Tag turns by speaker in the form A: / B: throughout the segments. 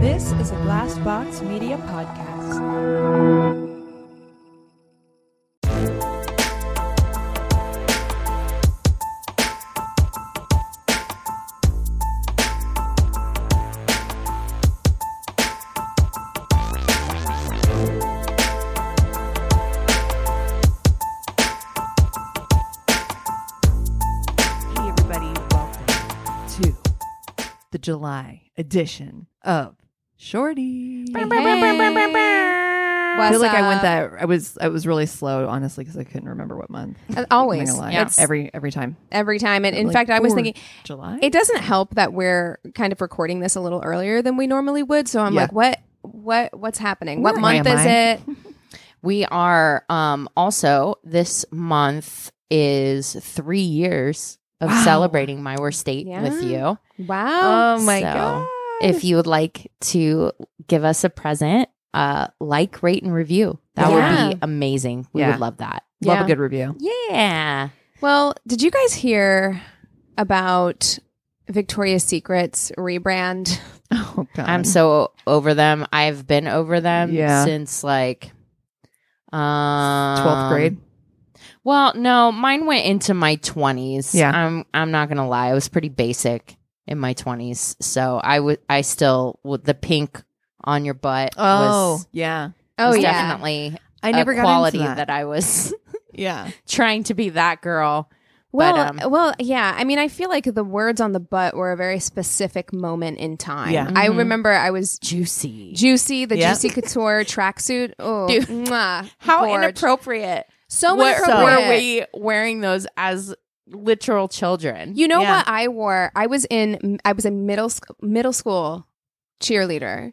A: This is a Glass Box Media podcast.
B: Hey, everybody, welcome to the July edition of Shorty. I feel like I went that I was I was really slow, honestly, because I couldn't remember what month. I'm
C: As
B: not
C: always.
B: gonna lie.
C: It's every,
B: every every time.
C: every time. And in
B: Like,
C: fact, I was
B: "Ooh,
C: thinking
B: July.
C: it doesn't help that we're kind of recording this a little earlier than we normally would. So I'm
B: Yeah.
C: like, what what what's happening? what
B: Where
C: month
B: am
C: is
B: I?
C: it?
D: We are um also this month is three years of
B: Wow.
D: celebrating my worst state
C: Yeah.
D: with you.
C: Wow.
B: oh my
D: So,
B: god!
D: If you would like to give us a present, uh like, rate, and review. That
C: Yeah.
D: would be amazing. We
B: Yeah.
D: would love that.
B: love
C: Yeah.
B: a good review.
D: Yeah.
C: Well, did you guys hear about Victoria's Secret's rebrand?
B: Oh god!
D: I'm so over them. I've been over them
B: Yeah.
D: since like um
B: twelfth grade.
D: Well, no, mine went into my twenties.
B: Yeah.
D: I'm I'm not gonna lie, I was pretty basic in my twenties. So I would I still with the pink on your butt was,
B: yeah,
C: Oh
D: was
C: yeah.
D: definitely
B: I
D: a
B: never got
D: quality
B: into that.
D: I was
B: Yeah,
D: trying to be that girl.
C: Well,
D: But,
C: well, yeah. I mean, I feel like the words on the butt were a very specific moment in time.
B: Yeah.
C: I
D: Mhm.
C: remember I was
D: Juicy.
C: juicy, the
B: Yeah.
C: juicy couture tracksuit. Oh,
D: Dude.
C: mwah,
D: How
C: gorge.
D: inappropriate.
C: So
D: what
C: inappropriate.
D: were we wearing those as literal children?
C: You know
B: Yeah.
C: what I wore? I was in I was a middle sc- middle school cheerleader.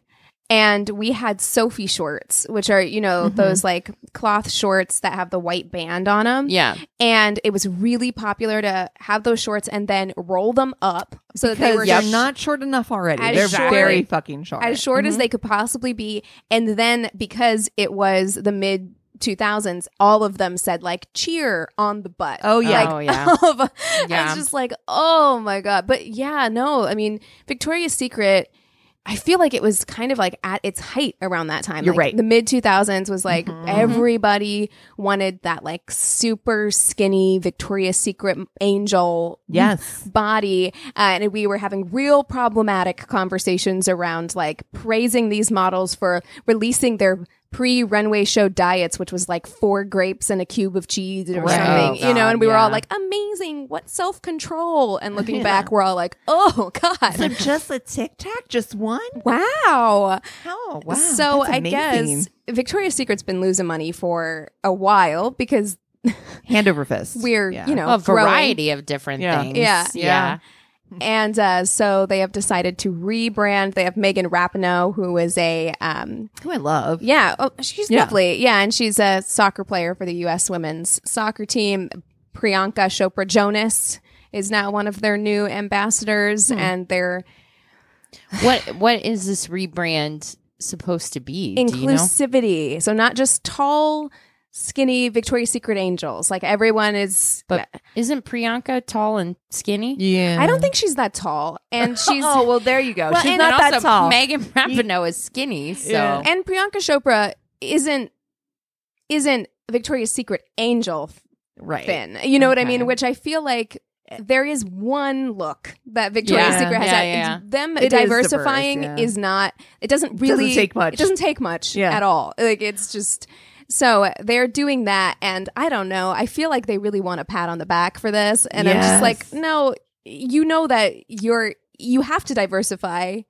C: And we had Sophie shorts, which are, you know,
B: Mhm.
C: those like cloth shorts that have the white band on them.
D: yeah.
C: And it was really popular to have those shorts and then roll them up so that they were
B: because they're
C: just
B: not short enough already.
C: As
B: They're
C: short-
B: very fucking short.
C: as short as they could possibly be. And then because it was the mid 2000s, all of them said like cheer on the butt.
B: Oh, yeah.
C: Like,
D: Oh, yeah.
C: all of- I
D: Yeah.
C: was just like, oh my God. But yeah, no, I mean, Victoria's Secret. I feel like it was kind of like at its height around that time.
B: You're
C: Like,
B: right.
C: The mid 2000s was like
B: Mhm.
C: everybody wanted that like super skinny Victoria's Secret angel
B: Mm-hmm. yes,
C: body uh, and we were having real problematic conversations around like praising these models for releasing their pre-runway show diets which was like four grapes and a cube of cheese or
B: Right.
C: something
D: Oh,
C: you know
D: God,
C: and we were all
D: yeah.
C: like amazing what self-control and looking
B: Yeah.
C: back we're all like oh god
B: just a Tic Tac, just one.
C: wow
B: Oh wow!
C: so
B: that's
C: i
B: amazing.
C: guess victoria's secret's been losing money for a while because
B: hand over fist.
C: we're
B: Yeah.
C: you know
D: a
C: growing.
D: variety of different
B: Yeah.
D: things.
C: Yeah.
D: Yeah.
C: and uh, so they have decided to rebrand. They have Megan Rapinoe, who is a um,
B: who I love.
C: yeah, oh, she's
B: Yeah.
C: lovely, yeah, and she's a soccer player for the U.S. women's soccer team. Priyanka Chopra Jonas is now one of their new ambassadors,
B: Hmm.
C: and they're
D: what what is this rebrand supposed to be? Do you know?
C: inclusivity. So not just tall, skinny Victoria's Secret angels. Like everyone is.
D: But isn't Priyanka tall and skinny?
B: Yeah,
C: I don't think she's that tall, and she's
B: uh, Oh well, there you go.
C: Well,
B: She's
C: and-
B: not
D: and
B: that
D: also,
B: tall.
D: Megan Rapinoe is skinny, so
B: Yeah.
C: and Priyanka Chopra isn't isn't Victoria's Secret angel
B: right.
C: thin. You know what I
D: Okay.
C: mean? Which I feel like there is one look that Victoria's
B: Yeah.
C: Secret has.
D: Yeah,
C: had.
D: yeah.
C: It's- Them
B: It is
C: diversifying is,
B: diverse, yeah.
C: not. It doesn't really
B: take much.
C: It doesn't take much
B: Yeah.
C: at all. Like it's just. So they're doing that, and I don't know. I feel like they really want a pat on the back for this, and I'm
B: Yes.
C: just like, no, you know that you're you have to diversify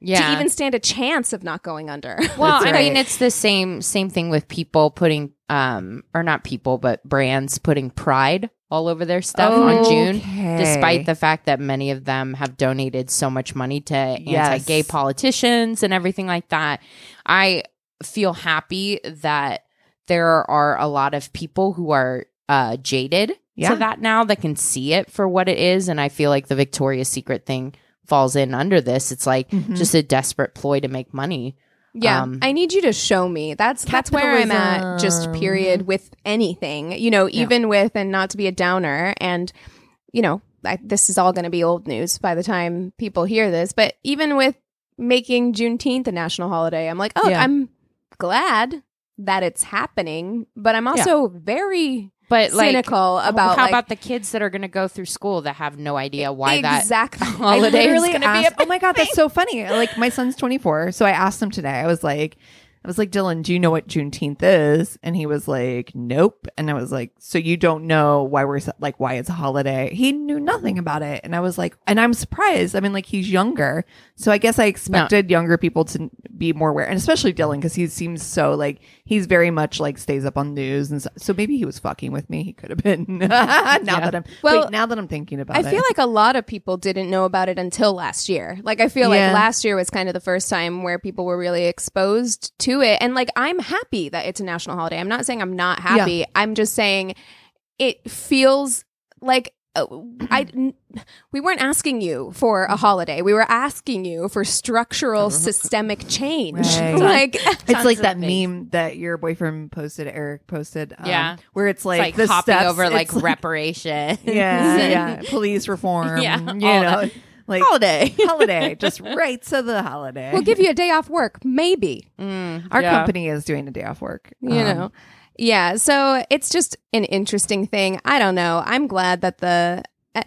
D: yeah.
C: to even stand a chance of not going under.
D: well,
B: That's
D: I mean,
B: right.
D: it's the same same thing with people putting um or not people, but brands putting pride all over their stuff on June. Despite the fact that many of them have donated so much money to
B: Yes.
D: anti-gay politicians and everything like that, I feel happy that there are a lot of people who are uh, jaded
B: Yeah.
D: to that now that can see it for what it is, and I feel like the Victoria's Secret thing falls in under this. It's like
B: Mhm.
D: just a desperate ploy to make money.
C: Yeah,
D: Um,
C: I need you to show me. That's that's where I'm at. Just
B: Capitalism.
C: period with anything, you know, even with and not to be a downer, and you know, I, this is all going to be old news by the time people hear this. But even with making Juneteenth a national holiday. I'm like, oh,
D: Yeah.
C: I'm glad that it's happening, but I'm also very
D: But like,
C: cynical about
D: how
C: like,
D: about the kids that are going to go through school that have no idea why that
C: exactly
B: I
D: holiday is
B: literally
D: going to be
B: asked,
D: a
B: oh my god, that's so funny. Like my son's 24, so I asked him today. I was like, I was like, Dylan, do you know what Juneteenth is? And he was like, Nope. And I was like, So you don't know why we're ce- like why it's a holiday? He knew nothing about it, and I was like, and I'm surprised. I mean, like he's younger, so I guess I expected younger people to be more aware, and especially Dylan because he seems so like he's very much like stays up on news, and so, so maybe he was fucking with me. He could have been. now that I'm
C: Well,
B: wait, now that I'm thinking about
C: I
B: it,
C: feel like a lot of people didn't know about it until last year. Like I feel
B: Yeah.
C: like last year was kind of the first time where people were really exposed to it. And like I'm happy that it's a national holiday. I'm not saying I'm not happy. I'm just saying it feels like uh, I n- we weren't asking you for a holiday. We were asking you for structural systemic change.
B: Right.
C: Like
B: It's like
D: of
B: that
D: things.
B: meme that your boyfriend posted, Eric posted. Um,
D: Yeah.
B: where it's like,
D: like,
B: the
D: hopping
B: steps,
D: over
B: it's
D: like reparations.
B: yeah, yeah, police reform,
D: Yeah,
B: you
D: all
B: know,
D: that.
B: like
D: holiday.
B: holiday, just right to the holiday.
C: we'll give you a day off work maybe.
D: Mm,
B: Our
D: yeah.
B: company is doing a day off work,
C: you
B: Um,
C: know yeah so it's just an interesting thing i don't know i'm glad that the uh,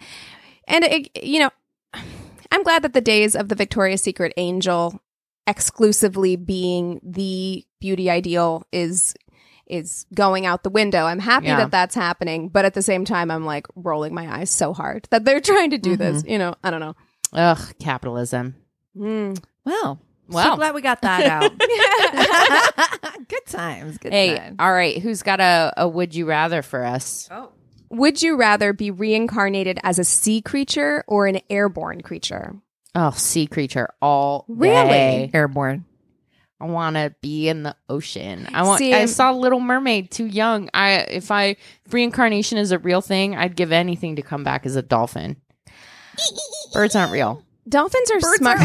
C: and it, you know i'm glad that the days of the victoria's secret angel exclusively being the beauty ideal is is going out the window i'm happy
D: Yeah.
C: that that's happening but at the same time i'm like rolling my eyes so hard that they're trying to do this you know i don't know
D: Ugh, capitalism.
C: Mm.
B: Well, well,
D: Well.
B: so glad we got that out. good times, good
D: Hey,
B: times.
D: all right, who's got a, a would you rather for us?
C: would you rather be reincarnated as a sea creature or an airborne creature
D: Oh, sea creature all
C: Really?
D: day.
B: Airborne.
D: I want to be in the ocean. I want.
C: See,
D: I
C: I'm-
D: saw Little Mermaid too young. I if I if reincarnation is a real thing, I'd give anything to come back as a dolphin. Birds aren't real.
C: Dolphins are smart.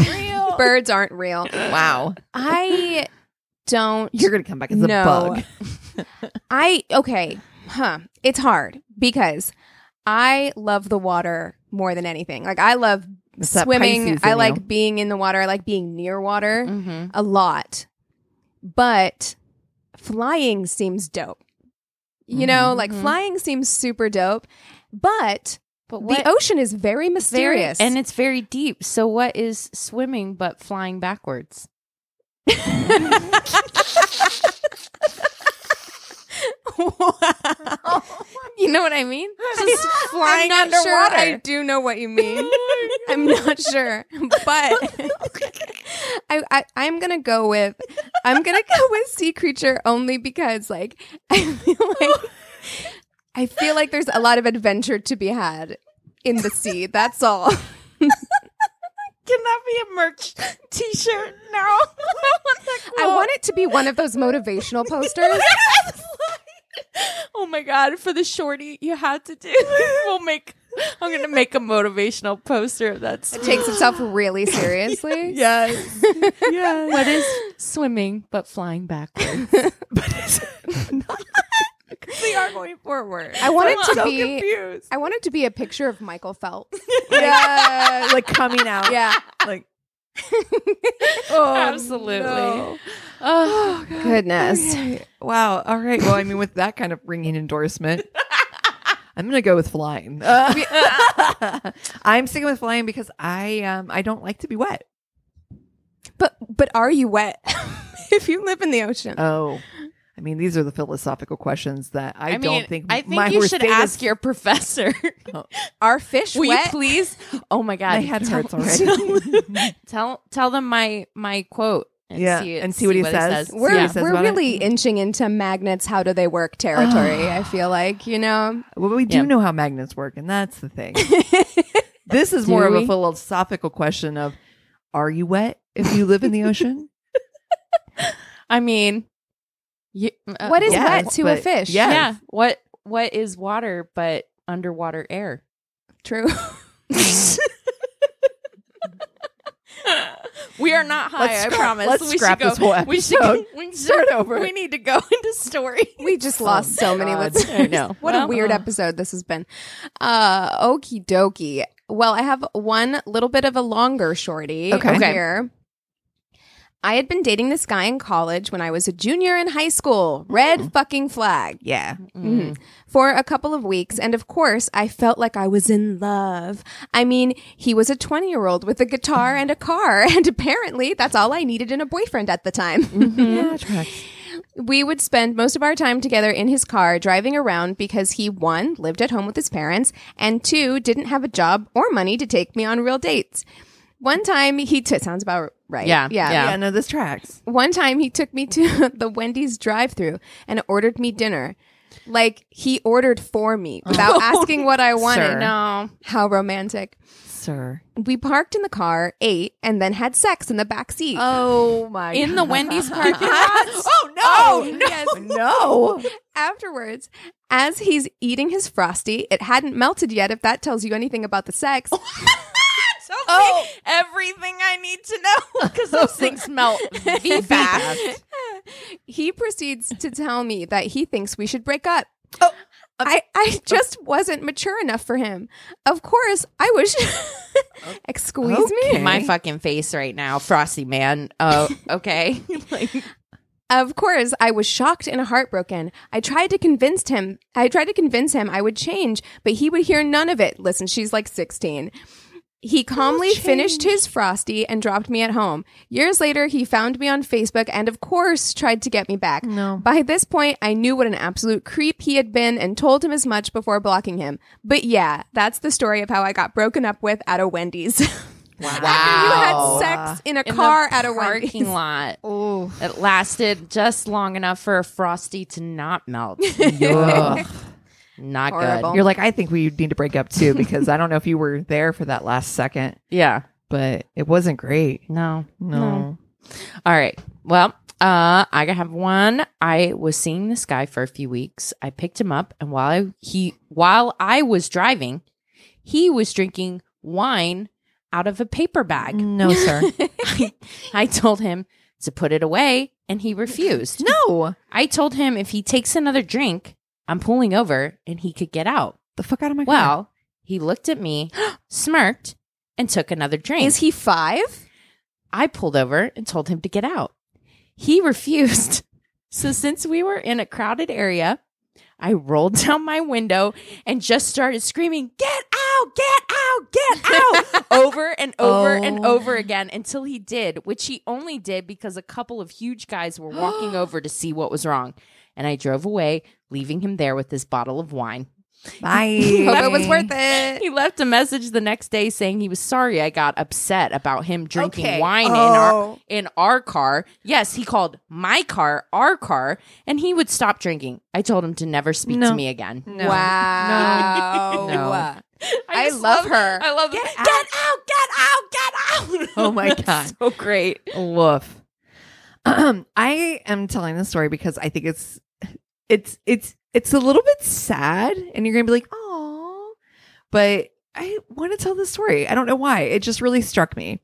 C: Birds aren't real.
B: Wow,
C: I don't.
B: you're gonna come back as a
C: No.
B: bug.
C: I okay. Huh. It's hard because I love the water more than anything. Like I love
B: It's that
C: swimming.
B: Pisces in
C: I
B: you.
C: like being in the water. I like being near water
D: Mm-hmm.
C: a lot. But flying seems dope. You know, like
D: Mhm.
C: flying seems super dope. But
D: But
C: the ocean is very mysterious.
D: and it's very deep. So what is swimming but flying backwards?
C: you know what I mean?
D: Just flying
C: I'm not sure.
D: underwater.
C: I do know what you mean. I'm not sure, but I, I I'm gonna go with I'm gonna go with sea creature only because like I feel like I feel like there's a lot of adventure to be had in the sea. That's all.
D: Can that be a merch T-shirt? No, I want that.
C: I want it to be one of those motivational posters.
D: oh my god! For the shorty, you had to do. we'll make. I'm gonna make a motivational poster of that.
C: Takes itself really seriously.
B: Yes, yes.
D: What is swimming but flying backwards?
B: they are going forward.
C: I want it to
B: so
C: be
B: confused.
C: I want it to be a picture of Michael Phelps.
B: yeah, like coming out.
C: Yeah.
B: like oh,
D: Absolutely.
B: no.
D: Oh,
C: Goodness.
B: Okay. Wow. All right. Well, I mean, with that kind of ringing endorsement, I'm gonna go with flying. I'm sticking with flying because I um I don't like to be wet.
C: But but are you wet? if you live in the ocean.
B: Oh. I mean, these are the philosophical questions that I,
D: I, mean,
B: don't think
D: I think
B: my
D: you
B: worst
D: should
B: date is-
D: ask your professor.
C: are fish
D: Will
C: wet?
D: you please? Oh my god,
B: My head
D: tell-
B: hurts already.
D: Tell tell them my my quote. And
B: Yeah,
D: see,
B: and see what he
D: it
B: says.
C: We're,
B: Yeah.
D: Yeah.
B: says
C: we're
B: about it. Mm-hmm.
C: really inching into magnets, how do they work territory,
B: Ah.
C: I feel like, you know?
B: Well, we do
D: Yeah.
B: know how magnets work, and that's the thing. this is more of a
D: we?
B: philosophical question of: Are you wet if you live in the ocean?
D: I mean, you, uh,
C: what is
B: yes,
C: wet to a
B: but-
C: fish?
B: yes.
D: Yeah. What what is water but underwater air?
C: True.
D: We are not high.
B: Let's
D: I
B: scrap-
D: promise.
B: let's
D: we
B: scrap
D: should go.
B: this whole
D: we should.
B: episode.
D: We should
B: Start over.
D: We need to go into story.
C: We just lost so many
B: God.
C: listeners.
D: I know.
C: What a
D: Well,
C: weird
D: uh.
C: episode this has been. Uh, okie dokie. Well, I have one little bit of a longer shorty
B: Okay.
C: okay. here. I had been dating this guy in college when I was a junior in high school. Red fucking flag.
B: Mm. Yeah. Mm.
C: Mhm. For a couple of weeks, and of course, I felt like I was in love. I mean, he was a 20 year old with a guitar and a car, and apparently that's all I needed in a boyfriend at the time.
B: Yeah, tracks.
C: We would spend most of our time together in his car driving around because he, one, lived at home with his parents, and two, didn't have a job or money to take me on real dates. One time he t- sounds about right.
D: Yeah,
C: Yeah.
D: yeah.
B: Yeah, no, this tracks.
C: One time he took me to the Wendy's drive through and ordered me dinner. Like he ordered for me without asking what I
D: uh-huh.
C: wanted.
B: Sir.
C: No. How romantic.
B: Sir.
C: We parked in the car, ate, and then had sex in the back seat.
B: Oh my
D: in the Wendy's parking lot.
B: Oh no. Oh,
C: yes.
B: no.
C: Afterwards, as he's eating his frosty, it hadn't melted yet. If that tells you anything about the sex,
D: oh. everything I need to know because those things melt v fast.
C: he proceeds to tell me that he thinks we should break up. Oh, I, I just wasn't mature enough for him. Of course, I was. Excuse me.
B: Okay.
D: My fucking face right now, frosty man. Oh, okay. like,
C: Of course, I was shocked and heartbroken. I tried to convince him. I tried to convince him I would change, but he would hear none of it. Listen, she's like 16. He calmly finished his frosty and dropped me at home. Years later, he found me on Facebook and of course tried to get me back.
B: No.
C: By this point, I knew what an absolute creep he had been and told him as much before blocking him. But yeah, that's the story of how I got broken up with at a Wendy's. you had
D: wow.
C: sex in a
D: In the
C: car at a Wendy's.
D: parking lot. It lasted just long enough for a frosty to not melt. Ugh. not
C: Horrible.
D: good.
B: You're like, I think we need to break up too because I don't know if you were there for that last second,
D: Yeah.
B: but it wasn't great.
D: No.
B: No.
D: All right. Well, uh, I have one. I was seeing this guy for a few weeks. I picked him up, and while I, he while I was driving, he was drinking wine out of a paper bag.
C: Mm.
B: No, sir.
D: I told him to put it away, and he refused.
B: no.
D: I told him if he takes another drink, I'm pulling over, and he could get out.
B: The fuck out of my car.
D: Well, he looked at me, smirked, and took another drink.
C: Is he five?
D: I pulled over and told him to get out. He refused. So, since we were in a crowded area, I rolled down my window and just started screaming, Get out, get out, get out, over and over and
B: Oh.
D: over again until he did, which he only did because a couple of huge guys were walking over to see what was wrong. And I drove away, leaving him there with this bottle of wine.
B: Bye.
C: Hope it was worth it.
D: He left a message the next day saying he was sorry I got upset about him drinking
C: Okay.
D: wine in
B: Oh.
D: our in our car. Yes, he called my car our car, and he would stop drinking. I told him to never speak
B: No.
D: to me again.
B: No.
C: Wow.
B: No.
C: I
D: just
C: love her.
D: I love get, out. get out, get out, get out.
B: Oh my
D: That's
B: God.
D: so great.
B: Woof. Um, I am telling this story because I think it's it's it's it's a little bit sad, and you're gonna be like, "Oh," but I want to tell this story. I don't know why. It just really struck me.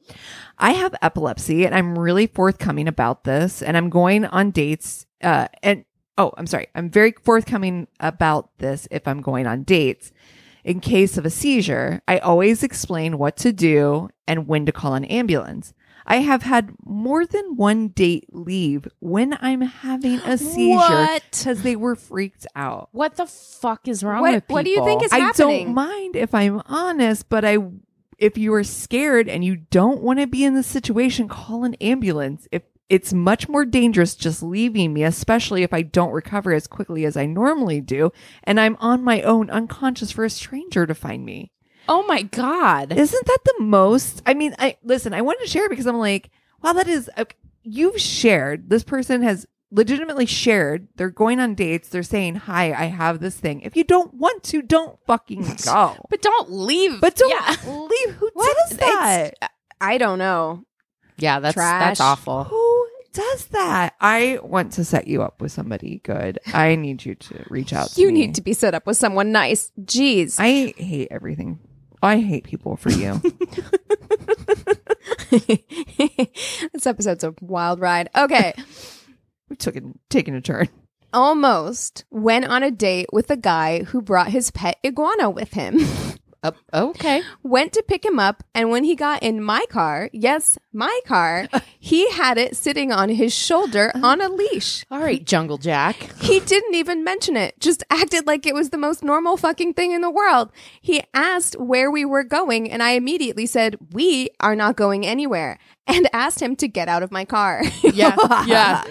B: I have epilepsy, and I'm really forthcoming about this, and I'm going on dates. Uh, and oh, I'm sorry, I'm very forthcoming about this if I'm going on dates. In case of a seizure, I always explain what to do and when to call an ambulance. I have had more than one date leave when I'm having a seizure
D: What?
B: because they were freaked out.
D: What the fuck is wrong
C: What-
D: with people?
C: what do you think is-
B: I
C: happening?
B: don't mind if I'm honest, but I if you are scared and you don't want to be in this situation, call an ambulance. If it's much more dangerous just leaving me, especially if I don't recover as quickly as I normally do, and I'm on my own unconscious for a stranger to find me.
D: Oh my god.
B: Isn't that the most? I mean, I listen. I wanted to share because I'm like, wow, that is. Okay. You've shared. This person has legitimately shared. They're going on dates. They're saying, "Hi, I have this thing." If you don't want to, don't fucking go.
D: But don't leave.
B: but don't
D: Yeah,
B: leave. Who
C: What
B: does
C: is
B: that?
C: I don't know.
D: yeah that's
C: Trash.
D: that's awful.
B: Who does that? I want to set you up with somebody good. I need you to reach out.
C: You
B: to me.
C: need to be set up with someone nice. Jeez.
B: I hate everything. I hate people for you.
C: this episode's a wild ride. Okay.
B: we took it, taking a turn.
C: Almost went on a date with a guy who brought his pet iguana with him.
D: Up. Oh, Okay.
C: went to pick him up and when he got in my car yes my car he had it sitting on his shoulder on a leash
D: All right, Jungle Jack.
C: he didn't even mention it just acted like it was the most normal fucking thing in the world he asked where we were going and i immediately said we are not going anywhere and asked him to get out of my car
D: Yeah. yeah.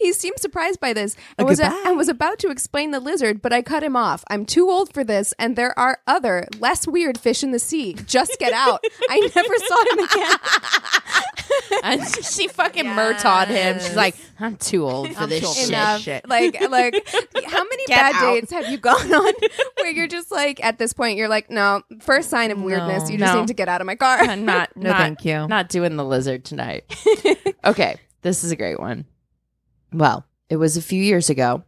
C: he seemed surprised by this and was, and was about to explain the lizard, but I cut him off. I'm too old for this, and there are other, less weird fish in the sea. Just get out. I never saw him again.
D: And she fucking murtaught him. She's like, I'm too old for
B: I'm
D: this
B: too old for
D: shit.
B: this.
C: Enough.
B: shit.
C: Like, like, how many bad
B: out.
C: dates have you gone on where you're just like, at this point, you're like, no, first sign of weirdness, you just
D: No.
C: need to get out of my car.
D: I'm not.
B: No,
D: not-
B: thank you.
D: Not doing the lizard tonight. okay, this is a great one. Well, it was a few years ago.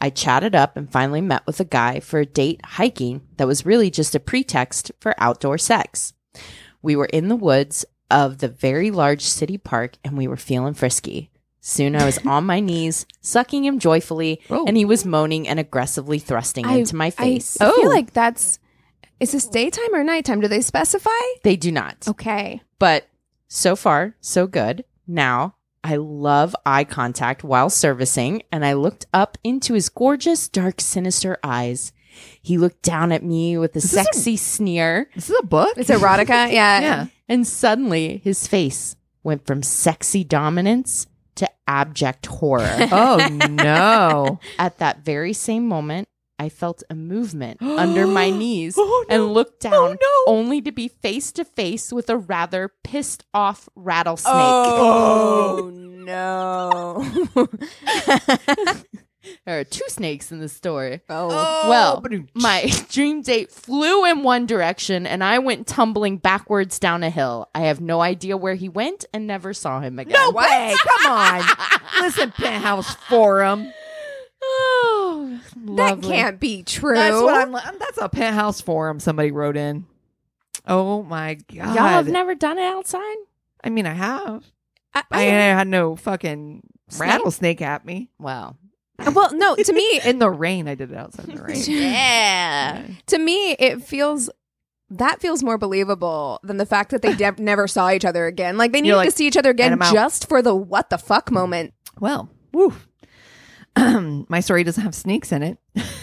D: I chatted up and finally met with a guy for a date hiking that was really just a pretext for outdoor sex. We were in the woods of the very large city park and we were feeling frisky. Soon I was on my knees, sucking him joyfully,
B: Oh.
D: and he was moaning and aggressively thrusting
C: I-
D: into my
C: I,
D: face.
C: I
D: oh,
C: feel like that's, is this daytime or nighttime? Do they specify?
D: they do not.
C: Okay.
D: But so far, so good. Now, I love eye contact while servicing, and I looked up into his gorgeous, dark, sinister eyes. He looked down at me with a
B: is a-
D: sexy sneer,
B: This is a book.
C: It's erotica. Yeah.
B: yeah.
D: and suddenly his face went from sexy dominance to abject horror.
B: Oh no.
D: at that very same moment, I felt a movement under my knees
B: Oh, no.
D: and looked down,
B: Oh, no.
D: only to be face to face with a rather pissed off rattlesnake.
C: Oh, no.
D: There are two snakes in the store.
C: oh.
D: well, my dream date flew in one direction and I went tumbling backwards down a hill. I have no idea where he went and never saw him again.
B: No way. Come on. Listen, penthouse forum.
D: Oh,
C: That
D: lovely.
C: can't be true.
B: That's what I'm. li- That's a penthouse forum somebody wrote in. Oh my god.
D: Y'all have never done it outside?
B: I mean, I have.
C: I-
B: I,
C: I-
B: had no fucking
D: Snake?
B: rattlesnake at me
D: Well,
C: well, no, to me,
B: in the rain. I did it outside in the rain.
D: yeah.
C: to me, it feels that feels more believable than the fact that they dev never saw each other again. Like they needed
B: You're
C: to
B: like,
C: see each other again
B: 'em out.
C: just for the what the fuck moment.
B: Well, woo. my story doesn't have snakes in it.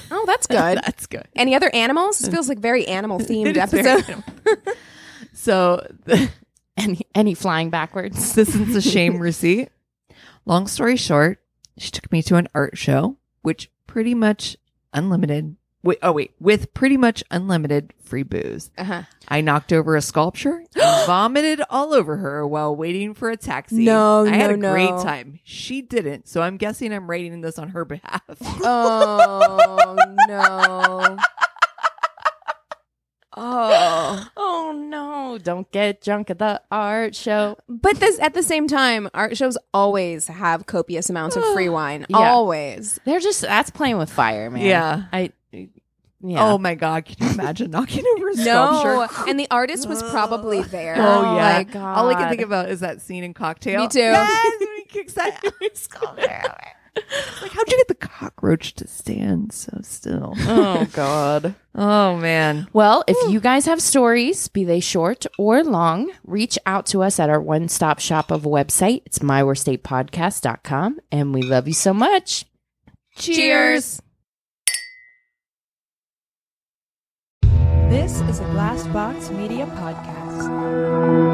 C: Oh, that's good.
B: That's good.
C: Any other animals? This feels like very animal themed
B: It is
C: episode.
B: very- so th-
D: And, and he flying backwards.
B: this is a shame receipt. Long story short, she took me to an art show, which pretty much unlimited. Wait, oh wait, with pretty much unlimited free booze.
C: Uh-huh.
B: I knocked over a sculpture, and vomited all over her while waiting for a taxi.
C: No,
B: I had
C: no,
B: a
C: no.
B: great time. She didn't, so I'm guessing I'm rating this on her behalf.
C: Oh no. Oh.
D: Oh no, don't get drunk at the art show.
C: But this at the same time, art shows always have copious amounts of free wine.
D: Yeah.
C: Always.
D: They're just, that's playing with fire, man.
B: Yeah.
D: I, yeah.
B: Oh my god, can you imagine knocking over a
C: No.
B: sculpture?
C: And the artist was probably there.
B: Oh yeah.
C: Like,
B: All I can think about is that scene in Cocktail.
C: Me too.
B: Yes, when he kicks that sculpture over. It's Like, how'd you get the cockroach to stand so still?
D: oh god.
B: Oh man.
D: Well, if you guys have stories, be they short or long, reach out to us at our one-stop shop of a website. It's myworstatepodcast.com and we love you so much.
C: cheers.
A: This is a Glass Box Media Podcast.